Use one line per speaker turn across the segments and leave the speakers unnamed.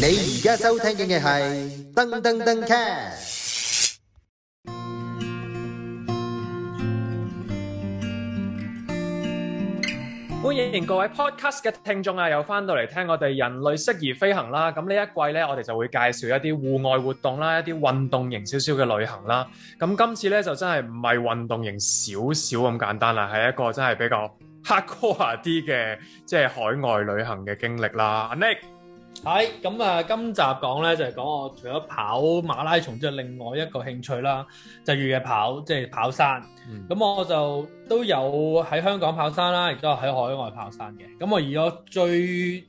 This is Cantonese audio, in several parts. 你而家收聽嘅係噔噔噔 cast。
歡迎各位 podcast 嘅聽眾啊，又翻到嚟聽我哋人類適宜飛行啦。咁呢一季咧，我哋就會介紹一啲戶外活動啦，一啲運動型少少嘅旅行啦。咁今次咧就真係唔係運動型少少咁簡單啦，係一個真係比較 hardcore 啲嘅，即係海外旅行嘅經歷啦。阿 Nick，
係咁啊！今集講咧就係、講我除咗跑馬拉松之外，另外一個興趣啦，就係越野跑，即、係、跑山。
嗯
咁、我就都有喺香港跑山啦，亦都有喺海外跑山嘅。咁我而我最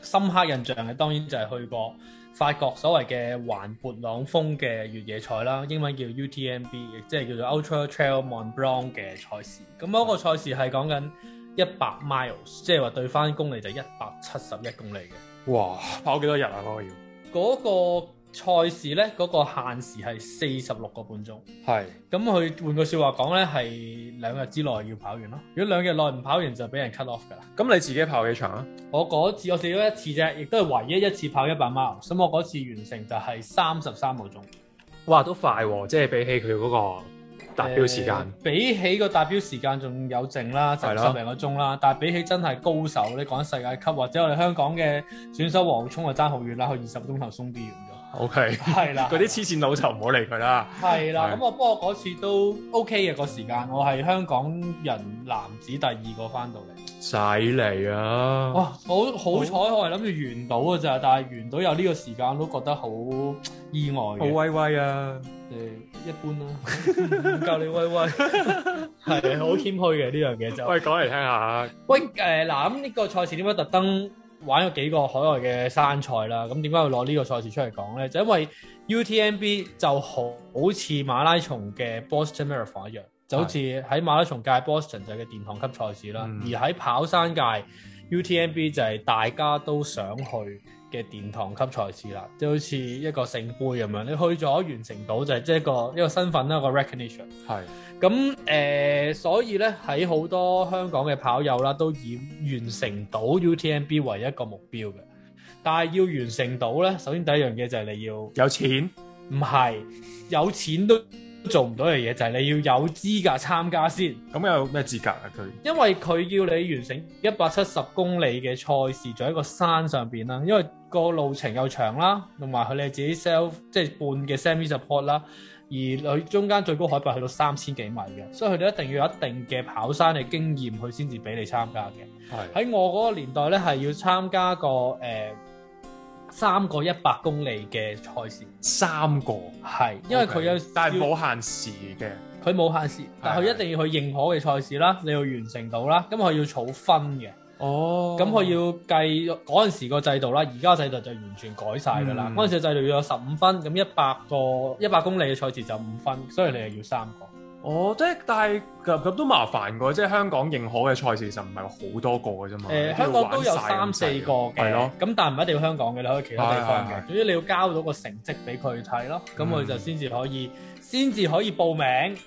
深刻印象嘅，當然就係去過法國所謂嘅環勃朗峰嘅越野賽啦，英文叫 UTMB，亦即係叫做 Ultra Trail Mont Blanc 嘅賽事。咁嗰個賽事係講緊一百 miles，即係話對翻公里就一百七十一公里嘅。
哇，跑幾多日啊？嗰、個要
嗰個賽事咧，嗰、個限時係四十六個半鐘。
係
咁佢換句説話講咧，係兩日之內要跑完咯。如果兩日內唔跑完就俾人 cut off 㗎啦。
咁你自己跑幾長啊？
我嗰次我試咗一次啫，亦都係唯一一次跑一百 mile。咁我嗰次完成就係三十三個鐘。
哇，都快喎、即係比起佢嗰個達標時間
誒，呃比起個達標時間仲有剩啦，就
係啦
十零個鐘啦。但係比起真係高手，你講世界級或者我哋香港嘅選手黃聰就爭好遠啦，佢二十個鐘頭鬆啲完
O K，
咗。係啦，
嗰啲黐線佬就唔好理佢啦。
係啦，
係
咁我啊不過嗰次都 OK 嘅個時間，我係香港人男子第二個翻到嚟，
犀利啊！
哇！好哦好彩我係諗住完到嘅咋，但係完到有呢個時間都覺得好意外
好
嘅，
威威啊！
誒一般啦， 唔夠你 威威，係好謙虛嘅呢樣嘢就。
喂，講嚟聽下，
喂誒嗱，咁呢個賽事點解特登玩咗幾個海外嘅山賽啦？咁點解會攞呢個賽事出嚟講咧？就因為 UTMB 就好似馬拉松嘅 Boston Marathon 一樣，就好似喺馬拉松界 Boston 就係嘅殿堂級賽事啦，
嗯
而喺跑山界 UTMB 就係大家都想去。嘅殿堂級賽事啦，即係好似一個聖杯咁樣，你去咗完成到就係即係一個一個身份啦，一個 recognition。
係
咁誒、呃所以咧喺好多香港嘅跑友啦，都以完成到 UTMB 為一個目標嘅。但係要完成到咧，首先第一樣嘢就係你要唔
有錢，
係有錢都做唔到嘅嘢，就係、你要有資格參加先，
咁有咩資格啊？佢
因為佢要你完成一百七十公里嘅賽事，仲喺個山上邊啦，因為個路程又長啦，同埋佢哋自己 self 即係半嘅 semi support 啦。而佢中間最高海拔去到三千幾米嘅，所以佢哋一定要有一定嘅跑山嘅經驗，佢先至俾你參加嘅。
係
喺我嗰個年代咧，係要參加個誒、呃三個一百公里嘅賽事，
三個，
係因為佢有
OK，但係冇限時嘅，
佢冇限時，但係
係
佢一定要去認可嘅賽事啦，你要完成到啦，咁佢要儲分嘅，
哦
咁佢要計嗰陣時個制度啦，而家個制度就完全改晒㗎啦。
嗯
嗰陣、時個制度要有十五分，咁一百個一百公里嘅賽事就五分，所以你係要三個。
哦，即係但係咁咁都麻煩嘅，即係香港認可嘅賽事其實唔係好多個嘅啫嘛。
誒、香港都有三四個嘅，
啊係咯，
咁但係唔一定要香港嘅，你可以其他地方
係係係
嘅。總之你要交到個成績俾佢睇咯，咁佢
嗯
就先至可以，先至可以報名。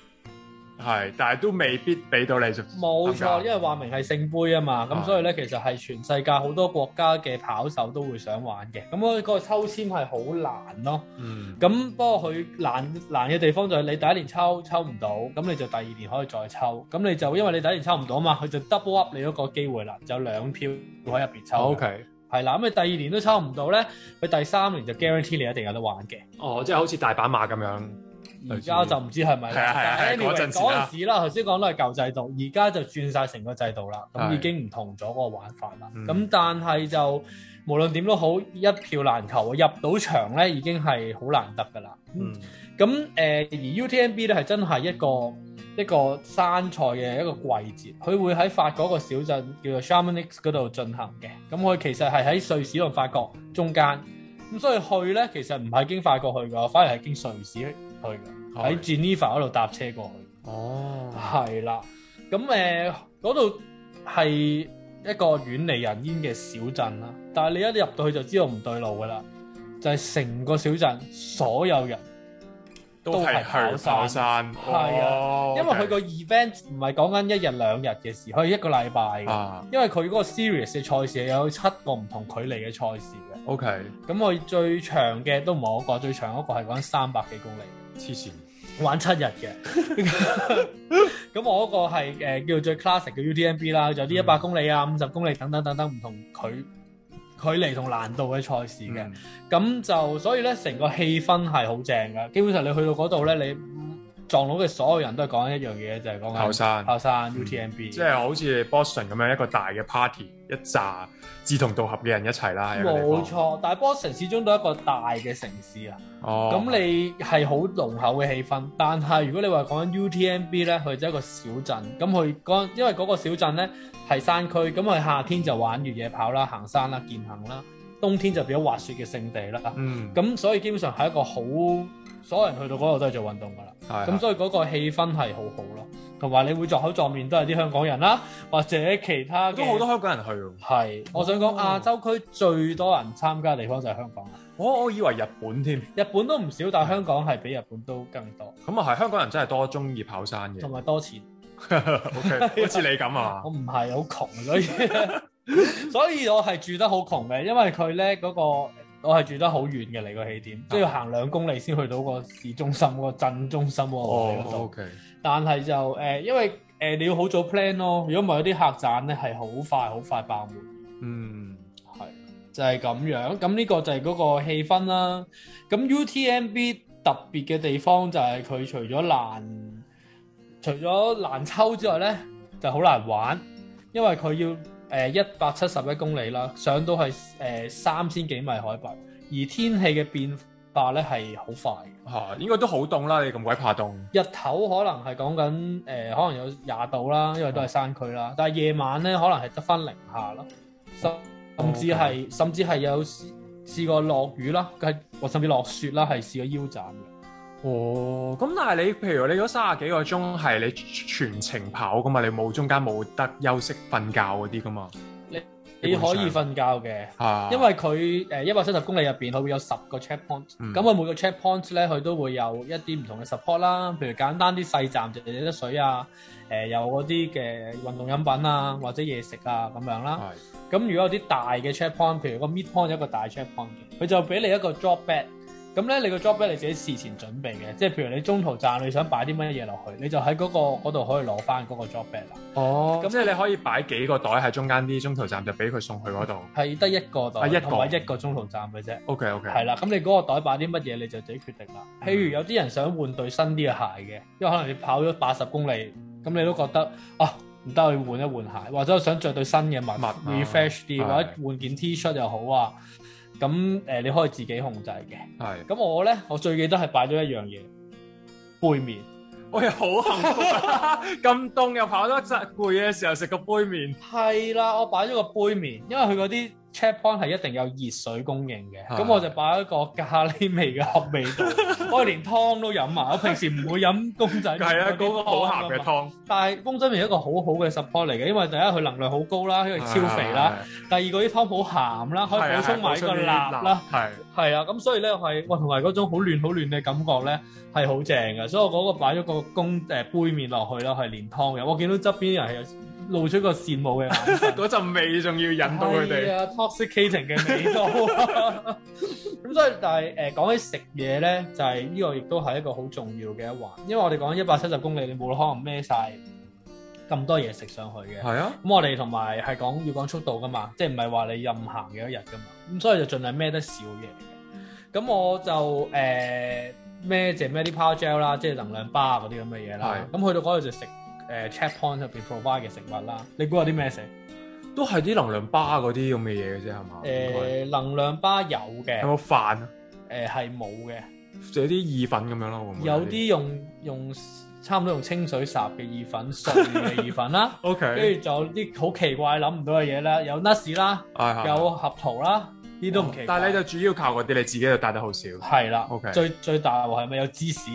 係，但係都未必俾到你就
冇錯，
參加
因為話明係聖杯啊嘛，
啊
咁所以咧其實係全世界好多國家嘅跑手都會想玩嘅。咁嗰個抽籤係好難咯。
嗯，
咁不過佢難難嘅地方就係你第一年抽抽唔到，咁你就第二年可以再抽。咁你就因為你第一年抽唔到啊嘛，佢就 double up 你嗰個機會啦，就有兩票喺
哦
入邊抽嘅。
O K，
係啦，咁你第二年都抽唔到咧，佢第三年就 guarantee 你一定有得玩嘅。
哦，即係好似大阪馬咁樣，
而家就唔知係咪
係啊係啊係啊
但 anyway，
嗰陣時
嗰
啦
陣時啦，頭先講都係舊制度，而家就轉晒成個制度啦，咁
係
已經唔同咗嗰個玩法啦。
嗯
咁、但係就無論點都好，一票難求，入到場咧已經係好難得㗎啦。
嗯，
咁誒、呃而 UTMB 咧係真係一個一個山賽嘅一個季節，佢會喺法國一個小鎮叫做 Chamonix 嗰度進行嘅。咁佢其實係喺瑞士同法國中間，咁所以去咧其實唔係經法國去㗎，反而係經瑞士去嘅，喺 Geneva 嗰度搭車過去。
哦，
係啦，咁誒嗰度係一個遠離人煙嘅小鎮啦，但係你一入到去就知道唔對路㗎啦，就係、成個小鎮所有人。都
都
係
係去跑山，
跑山係啊
哦
因為佢
OK
個 event 唔係講緊一日兩日嘅事，佢係一個禮拜嘅。
啊
因為佢嗰個 series 嘅賽事有七個唔同距離嘅賽事嘅，
，OK，
咁我最長嘅都唔係我個，最長嗰個係講緊三百幾公里，
黐線，
玩七日嘅。 咁我嗰個係、呃、叫最 classic 嘅 UTMB 啦，就呢
嗯
一百公里啊、五十公里等等等等唔同距距離同難度嘅賽事嘅。
嗯
咁就所以咧，成個氣氛係好正㗎。基本上你去到嗰度咧，你嗯撞到嘅所有人都係講緊一樣嘢，就係講緊
跑山
跑山
嗯
UTMB。
即係好似 Boston 咁樣一個大嘅 party，一紮志同道合嘅人一齊啦，喺一個地方
冇，錯，但係 Boston 始終都係一個大嘅城市啊。
哦，
咁、你係好濃厚嘅氣氛，但係如果你話講緊 UTMB 咧，佢就一個小鎮，咁佢嗰因為嗰個小鎮咧係山區，咁佢夏天就玩越野跑啦、行山啦、健行啦，冬天就變咗滑雪嘅聖地啦。
嗯，
咁所以基本上係一個好，所有人去到嗰度都係做運動㗎啦。
係啊
咁所以嗰個氣氛係好好咯，同埋你會撞口撞面都係啲香港人啦，或者其他嘅
都好多香港人去喎。
係。我想講亞洲區最多人參加嘅地方就係香港啦，
我我以為日本添，
日本都唔少，但係香港係比日本都更多，
咁啊係香港人真係多中意跑山嘅。
同埋多錢。
OK，好似你咁啊嘛
我唔係好窮，所以所以 我係住得好窮嘅，因為佢咧嗰個我係住得好遠嘅離個起點，都要行兩公里先去到個市中心嗰、個鎮中心嗰
哦
個位嗰度。
，OK，
但係就誒、呃因為誒、呃你要好早 plan 咯，如果唔係有啲客棧咧係好快好快爆滿，
嗯，
係就係、咁樣。咁呢個就係嗰個氣氛啦。咁 UTMB 特別嘅地方就係佢除咗難除咗難抽之外咧，就好難玩，因為佢要誒一百七十一公里啦，上到係誒三千幾米海拔，而天氣嘅變化咧係好快嘅。
嚇，應該都好凍啦，你咁鬼怕凍，
日頭可能係講緊誒，可能有廿度啦，因為
哦
都係山區啦。但係夜晚咧，可能係得翻零下咯，甚
哦
甚至係甚至係有試試過落雨啦，係或甚至落雪啦，係試過腰斬嘅。
哦，咁但係你譬如你嗰三十幾個鐘係你全程跑噶嘛，你冇中間冇得休息瞓覺嗰啲噶嘛，
你可以
基本啊
瞓覺嘅，
嚇，
因為佢呃誒一百七十公里入邊，佢會有十個 checkpoint。
嗯
咁佢啊每個 checkpoint 咧，佢都會有一啲唔同嘅 support 啦，譬如簡單啲細站就有得水啊，誒、有嗰啲嘅運動飲品啊，或者嘢食啊咁樣啦。
嗯係
咁如果有啲大嘅 checkpoint，譬如個 midpoint 有一個大 checkpoint 嘅，佢就俾你一個 drop back。咁咧，你個 drop back 你自己事前準備嘅，即係譬如你中途站你想擺啲乜嘢落去，你就喺嗰、個嗰度可以攞翻嗰個 drop back 啦。
哦，
咁
咁即係你可以擺幾個袋喺中間啲中途站，就俾佢送去嗰度。
係得一個
啊
袋
一個
同埋一個中途站嘅啫。
OK OK，
係啦，咁你嗰個袋擺啲乜嘢你就自己決定啦。
嗯
譬如有啲人想換對新啲嘅鞋嘅，因為可能你跑咗八十公里，咁你都覺得啊唔得，我要換一換鞋，或者我想着對新嘅襪
襪啊
refresh 啲，
係
或者換件 T 恤又好啊。咁誒、呃你可以自己控制嘅。
係，
咁我咧，我最記得係擺咗一樣嘢，杯麵。
我又好幸福啊！ 咁凍又跑得窒攰嘅時候食個杯麵，
係啦，我擺咗個杯麵，因為佢嗰啲 checkpoint 係一定有熱水供應嘅，
係
咁我就擺咗個咖喱味嘅合味 道，我連湯都飲埋。我平時唔會飲公仔麵
係啊，
嗰
嗰
啲
個好鹹嘅
㗎嘛，
湯，
但係公仔麵係一個好好嘅 support 嚟嘅，因為第一佢能量好高啦，因為超肥啦；第二個啲湯好鹹啦，可以
係啊，
補充埋個
係啊
辣啦。，
係。
係啊，咁所以咧係，哇，同埋嗰種好亂好亂嘅感覺咧係好正嘅，所以我嗰個擺咗個公誒、杯麵落去啦，係連湯嘅。我見到補側邊人係有露出個羨慕嘅眼神
嗰陣味仲要引到佢
係
哋，
啊，toxicating 嘅味道啊。咁所以但係誒講起食嘢咧，就係、呢個亦都係一個好重要嘅一環，因為我哋講一百七十公里，你冇可能孭晒咁多嘢食上去嘅。
係啊，
咁我哋同埋係講要講速度噶嘛，即係唔係話你任行幾多日噶嘛，咁所以就盡量孭得少嘢嘅。咁我就誒孭、就孭啲 power gel 啦，即係能量 bar 嗰啲咁嘅嘢啦。咁去到嗰度就食誒、checkpoint 入邊 provide 嘅食物啦。你估有啲咩食？
都係啲能量巴嗰啲咁嘅嘢嘅啫，係嘛？
誒、
應該
呃能量巴有嘅，
有冇飯啊？
誒係冇嘅，
有啲意粉咁樣咯，會唔會
有啲用用差唔多用清水烚嘅意粉、碎嘅意粉 啦，
OK，
跟住仲有啲好奇怪諗唔到嘅嘢啦，有 nuts 啦，
係係
有合桃啦，呢啲都唔奇怪。
啊哦但係你就主要靠嗰啲，你自己就帶得好少。
係啦
OK
最最大鑊係咪有芝士、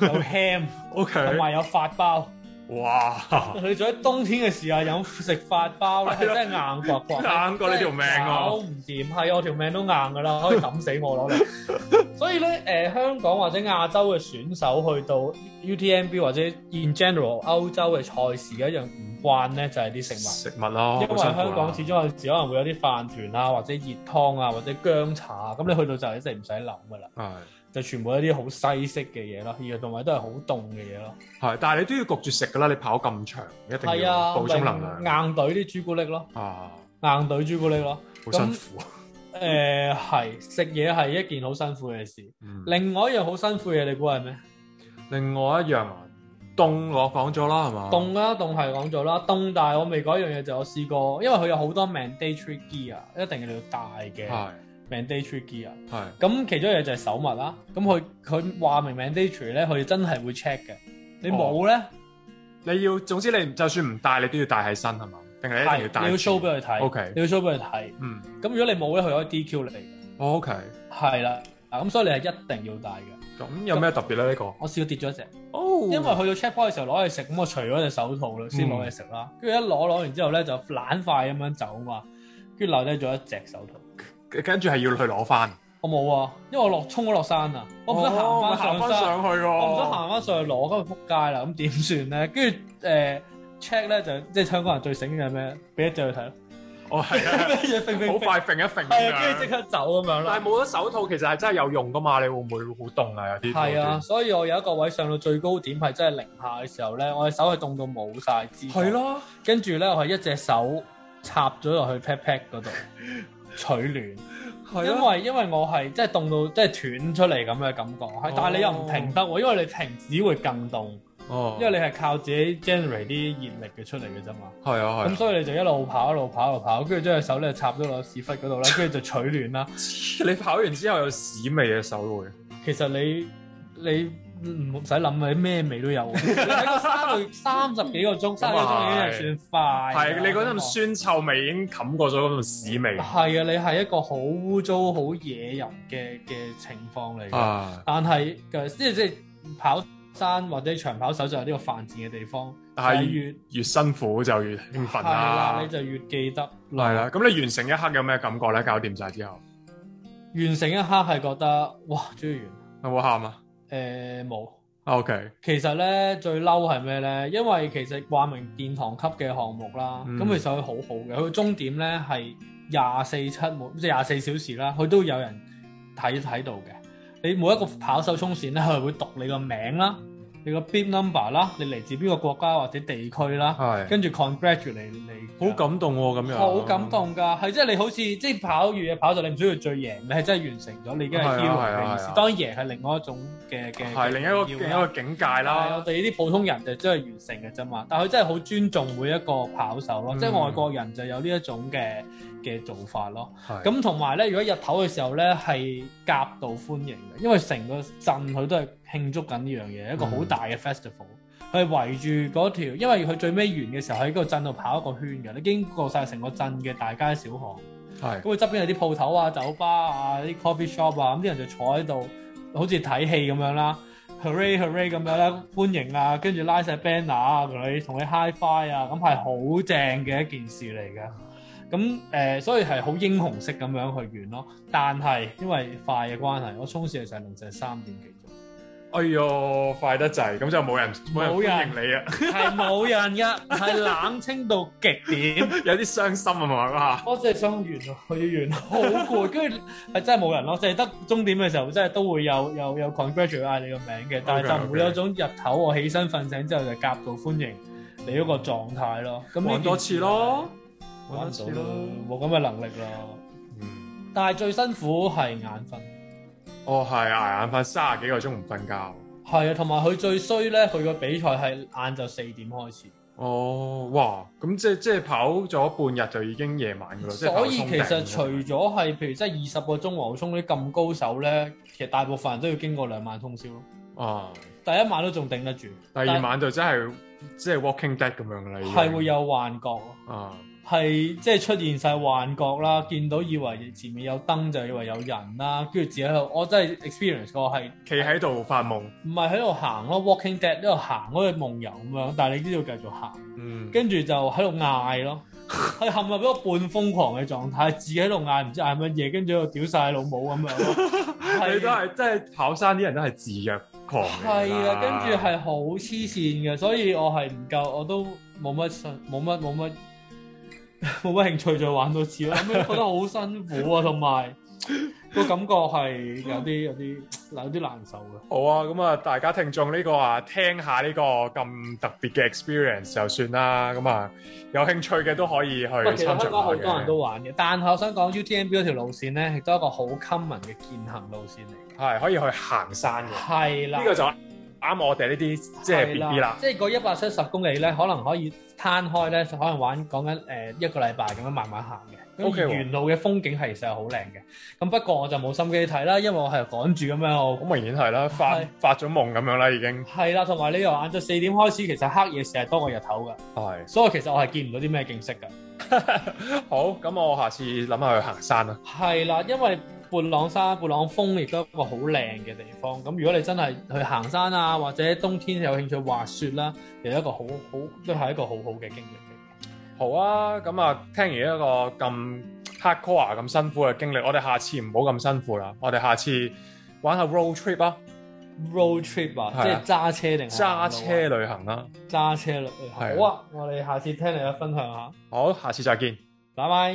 有 ham 同
OK，
埋有法包？
哇！
你仲喺冬天嘅時候飲食發包咧，
係咯
真係硬刮刮，
硬過你條命啊
搞
喎，
唔掂，係我條命都硬噶啦，可以抌死我攞嚟。 所以咧，誒、香港或者亞洲嘅選手去到 UTMB 或者 in general 歐洲嘅賽事一樣唔慣咧，就係、啲食物。
食物咯，
因為
好辛苦
香港
啊
始終有時可能會有啲飯團啊，或者熱湯啊，或者薑茶啊，咁你去到就一定唔使諗噶啦，
係
就全部一啲好西式嘅嘢咯，而同埋都係好凍嘅嘢咯。
係，但係你都要焗住食噶啦，你跑咁長，一定
係
要
啊，
補充能量
咪硬隊啲朱古力咯，
啊，
硬隊朱古力咯。
好
咁
辛苦啊。
誒係食嘢係一件好辛苦嘅事。
嗯
另外一樣好辛苦嘅嘢，你估係咩？
啊另外一樣啊，凍我講咗啦，係嘛？
凍啦，凍係講咗啦，凍但係我未講一樣嘢就我試過，因為佢有好多 mandatory gear，一定要帶嘅
係
mandatory gear。
係
咁其中一樣就係手襪啦。咁佢佢話明 mandatory 咧，佢真係會 check 嘅。你冇
哦
咧，
你要總之你就算唔帶，你都要帶喺身係嘛？定係一
係
定
你
要帶住？
要 show 俾佢睇
OK
你要 show 俾佢睇。
嗯
咁如果你冇咧，佢可以 DQ 你嘅。
哦，OK。
係啦，嗱咁所以你係一定要戴嘅。
咁有咩特別咧？呢個
我試過跌咗一隻，
哦
因為去到 check point 嘅時候攞嚟食，咁我除咗隻手套啦，先攞嚟食
嗯
啦。跟住一攞攞完之後咧，就懶快咁樣走嘛，跟住留低咗一隻手套。
跟住係要去攞翻。
我冇啊，因為我落衝咗落山啊，我唔想
哦行
行翻上
翻
山。
上去喎。
我唔想行翻上去攞，咁咪撲街啦，咁點算咧？跟住誒 check 咧就即係香港人最醒嘅係咩？俾一隻佢睇咯，
哦，係啊，
俾 一隻揈揈
好
揈，
快揈一揈
係
咁
啊，跟住即
樣。
刻走咁樣
但係
啦。
冇咗手套，其實係真係有用噶嘛？你會唔會好凍啊？有啲
係啊，
嗰
所以我有一個位上到最高點係真係零下嘅時候咧，我嘅手係凍到冇晒知
啲
覺。
係，咯，
跟住咧我係一隻手插咗落去 pat pat 嗰度取暖，
咯
因為因為我係即係凍到即係斷出嚟咁嘅感覺，係但係你又唔停得喎，因為你停止會更凍。
哦，
因為你係靠自己 generate 啲熱力嘅出嚟嘅啫嘛，
係啊
咁
係啊。
所以你就一路跑一路跑一路跑，跟住將隻手咧插咗落屎忽嗰度啦，跟住就取暖啦。
你跑完之後有屎味嘅手會。
其實你你唔唔使諗啊，咩 味都有喎。你喺個山度三十幾個鐘，三十幾個鐘已經係算快。
係你嗰陣酸臭味已經冚過咗嗰陣屎味
係啊，你係一個好污糟、好惹人嘅嘅情況嚟嘅。
啊！
但係嘅即係即係跑山或者長跑手就係呢個犯賤嘅地方，就
但係
係越
越辛苦就越興奮
係啦，
啦
你，就越記得。
係啦。咁你完成一刻有咩感覺咧？搞掂晒之後
完成一刻係覺得哇，終於
有冇喊啊
完。誒冇，
？OK，
其實咧最嬲係咩咧？因為其實話明殿堂級嘅項目啦，
嗯
咁、其實佢好好嘅，佢終點咧係廿四七冇，即係廿四小時啦，佢都有人睇睇到嘅。你每一個跑手衝線咧，佢係會讀你個名啦，你個 bib number 啦，你嚟自邊個國家或者地區啦，
係
跟住 congratulate 你。
好感動喎，咁樣
好感動㗎，係即係你好似即係跑越野跑就你唔需要最贏，你係真係完成咗，你已經係
係啊
hero
係啊
嘅意
係
思
啊。
當然贏係另外一種嘅嘅，
係另一個
嘅
另一
要
個
啦
境界
係
啦
我。哋呢啲普通人就真係完成嘅啫嘛，但係佢真係好尊重每一個跑手咯，
嗯
即係外國人就有呢一種嘅嘅做法咯。
咁
咁同埋咧，如果日頭嘅時候咧係夾道歡迎嘅，因為成個鎮佢都係慶祝緊呢樣嘢，一個好大嘅 festival。佢係圍住嗰條，因為佢最尾完嘅時候喺個鎮度跑一個圈嘅，你經過晒成個鎮嘅大街小巷。
係
咁佢側邊有啲鋪頭啊、酒吧啊、啲 coffee shop 啊，咁啲人就坐喺度，好似睇戲咁樣啦，hooray hooray 咁樣啦，歡迎啊，跟住拉晒 banner 啊，同你同你 high five 啊，咁係好正嘅一件事嚟嘅。咁誒、呃所以係好英雄式咁樣去完咯。但係因為快嘅關係，我衝線嘅時候凌晨三點幾鐘，
哎呦，快得滯，咁就冇人冇
冇
人
人
歡迎你啊！
係冇人㗎，係冷清到極點。
有啲傷心啊嘛，哇！
我真係想完啊，我要完，好攰，跟住係真係冇人咯，淨係得終點嘅時候，真係都會有有有 congratulate 嗌你個名嘅，但係就唔
OK，OK
會有種日頭我起身瞓醒之後就夾到歡迎你嗰個狀態咯。咁呢件
玩多次咯，
事係，
玩多
玩唔到
次
咯
咯。，
冇咁嘅能力咯。
嗯，
但係最辛苦係眼瞓，
哦係，捱眼瞓三十幾個鐘唔瞓覺。
係啊，同埋佢最衰咧，佢個比賽係晏晝四點開始。
哦，哇！咁即即係跑咗半日就已經夜晚噶啦，即係跑
所以
鬆
其
頂
實
㗎
除咗係譬如即係二十個鐘黃衝呢啲咁高手咧，其實大部分人都要經過兩晚通宵咯，
啊，
第一晚都仲頂得住，
第二晚就真係即係啊 Walking Dead 咁樣㗎啦，已經
係會有幻覺咯，
啊，
係即係出現晒幻覺啦，見到以為前面有燈就以為有人啦，跟住自己喺度，我真係 experience 過係
企喺度發夢，
唔係喺度行咯，Walking Dead 喺度行，好似夢遊咁樣，但係你都要繼續行。
嗯，
跟住就喺度嗌咯，佢陷入一個半瘋狂嘅狀態，自己喺度嗌唔知嗌乜嘢，跟住喺度屌晒老母咁樣咯。 係
你都係即係跑山啲人都係自虐狂嚟㗎
係啊，跟住係好黐線嘅，所以我係唔夠，我都冇乜信，冇乜冇乜 冇乜興趣再玩多次咯。咁樣覺得好辛苦啊，同埋個感覺係有啲有啲有啲難受嘅。
好啊，咁啊，大家聽眾呢個啊，聽下呢個咁特別嘅 experience 就算啦。咁啊，有興趣嘅都可以去
喂，其實
參
香
詳下
港好多人
嘅。
都玩嘅，但係我想講 UTMB 嗰條路線咧，亦都係一個好 common 嘅健行路線嚟。
係可以去行山嘅。
係啦，
呢個就啱我哋呢啲即係 B
係
B 啦。
即係嗰一百七十公里咧，可能可以攤開咧，可能玩講緊誒一個禮拜咁樣慢慢行嘅。咁
OK
而
喎
沿路嘅風景係其實係好靚嘅。咁不過我就冇心機睇啦，因為我係趕住咁樣我。
好明顯係啦，發
係
發咗夢咁樣啦，已經
係啦，同埋你由晏晝四點開始，其實黑夜時係多過日頭㗎，
係
所以其實我係見唔到啲咩景色㗎。
好。咁我下次諗下去行山啦。
係啦，因為勃朗山、勃朗峰亦都係一個好靚嘅地方。咁如果你真係去行山啊，或者冬天有興趣滑雪啦，其實一個好好都係一個好好嘅經歷嚟
好啊，咁啊，聽完一個咁 hardcore 啊咁辛苦嘅經歷，我哋下次唔好咁辛苦啦。我哋下次玩下 road trip 啊，
嘅。Road trip 啊，
係啊
即係揸車定行路啊
揸車旅行啦。
揸車啦。
係啊
好啊，我哋下次聽你嘅分享下，
好，下次再見。
拜拜。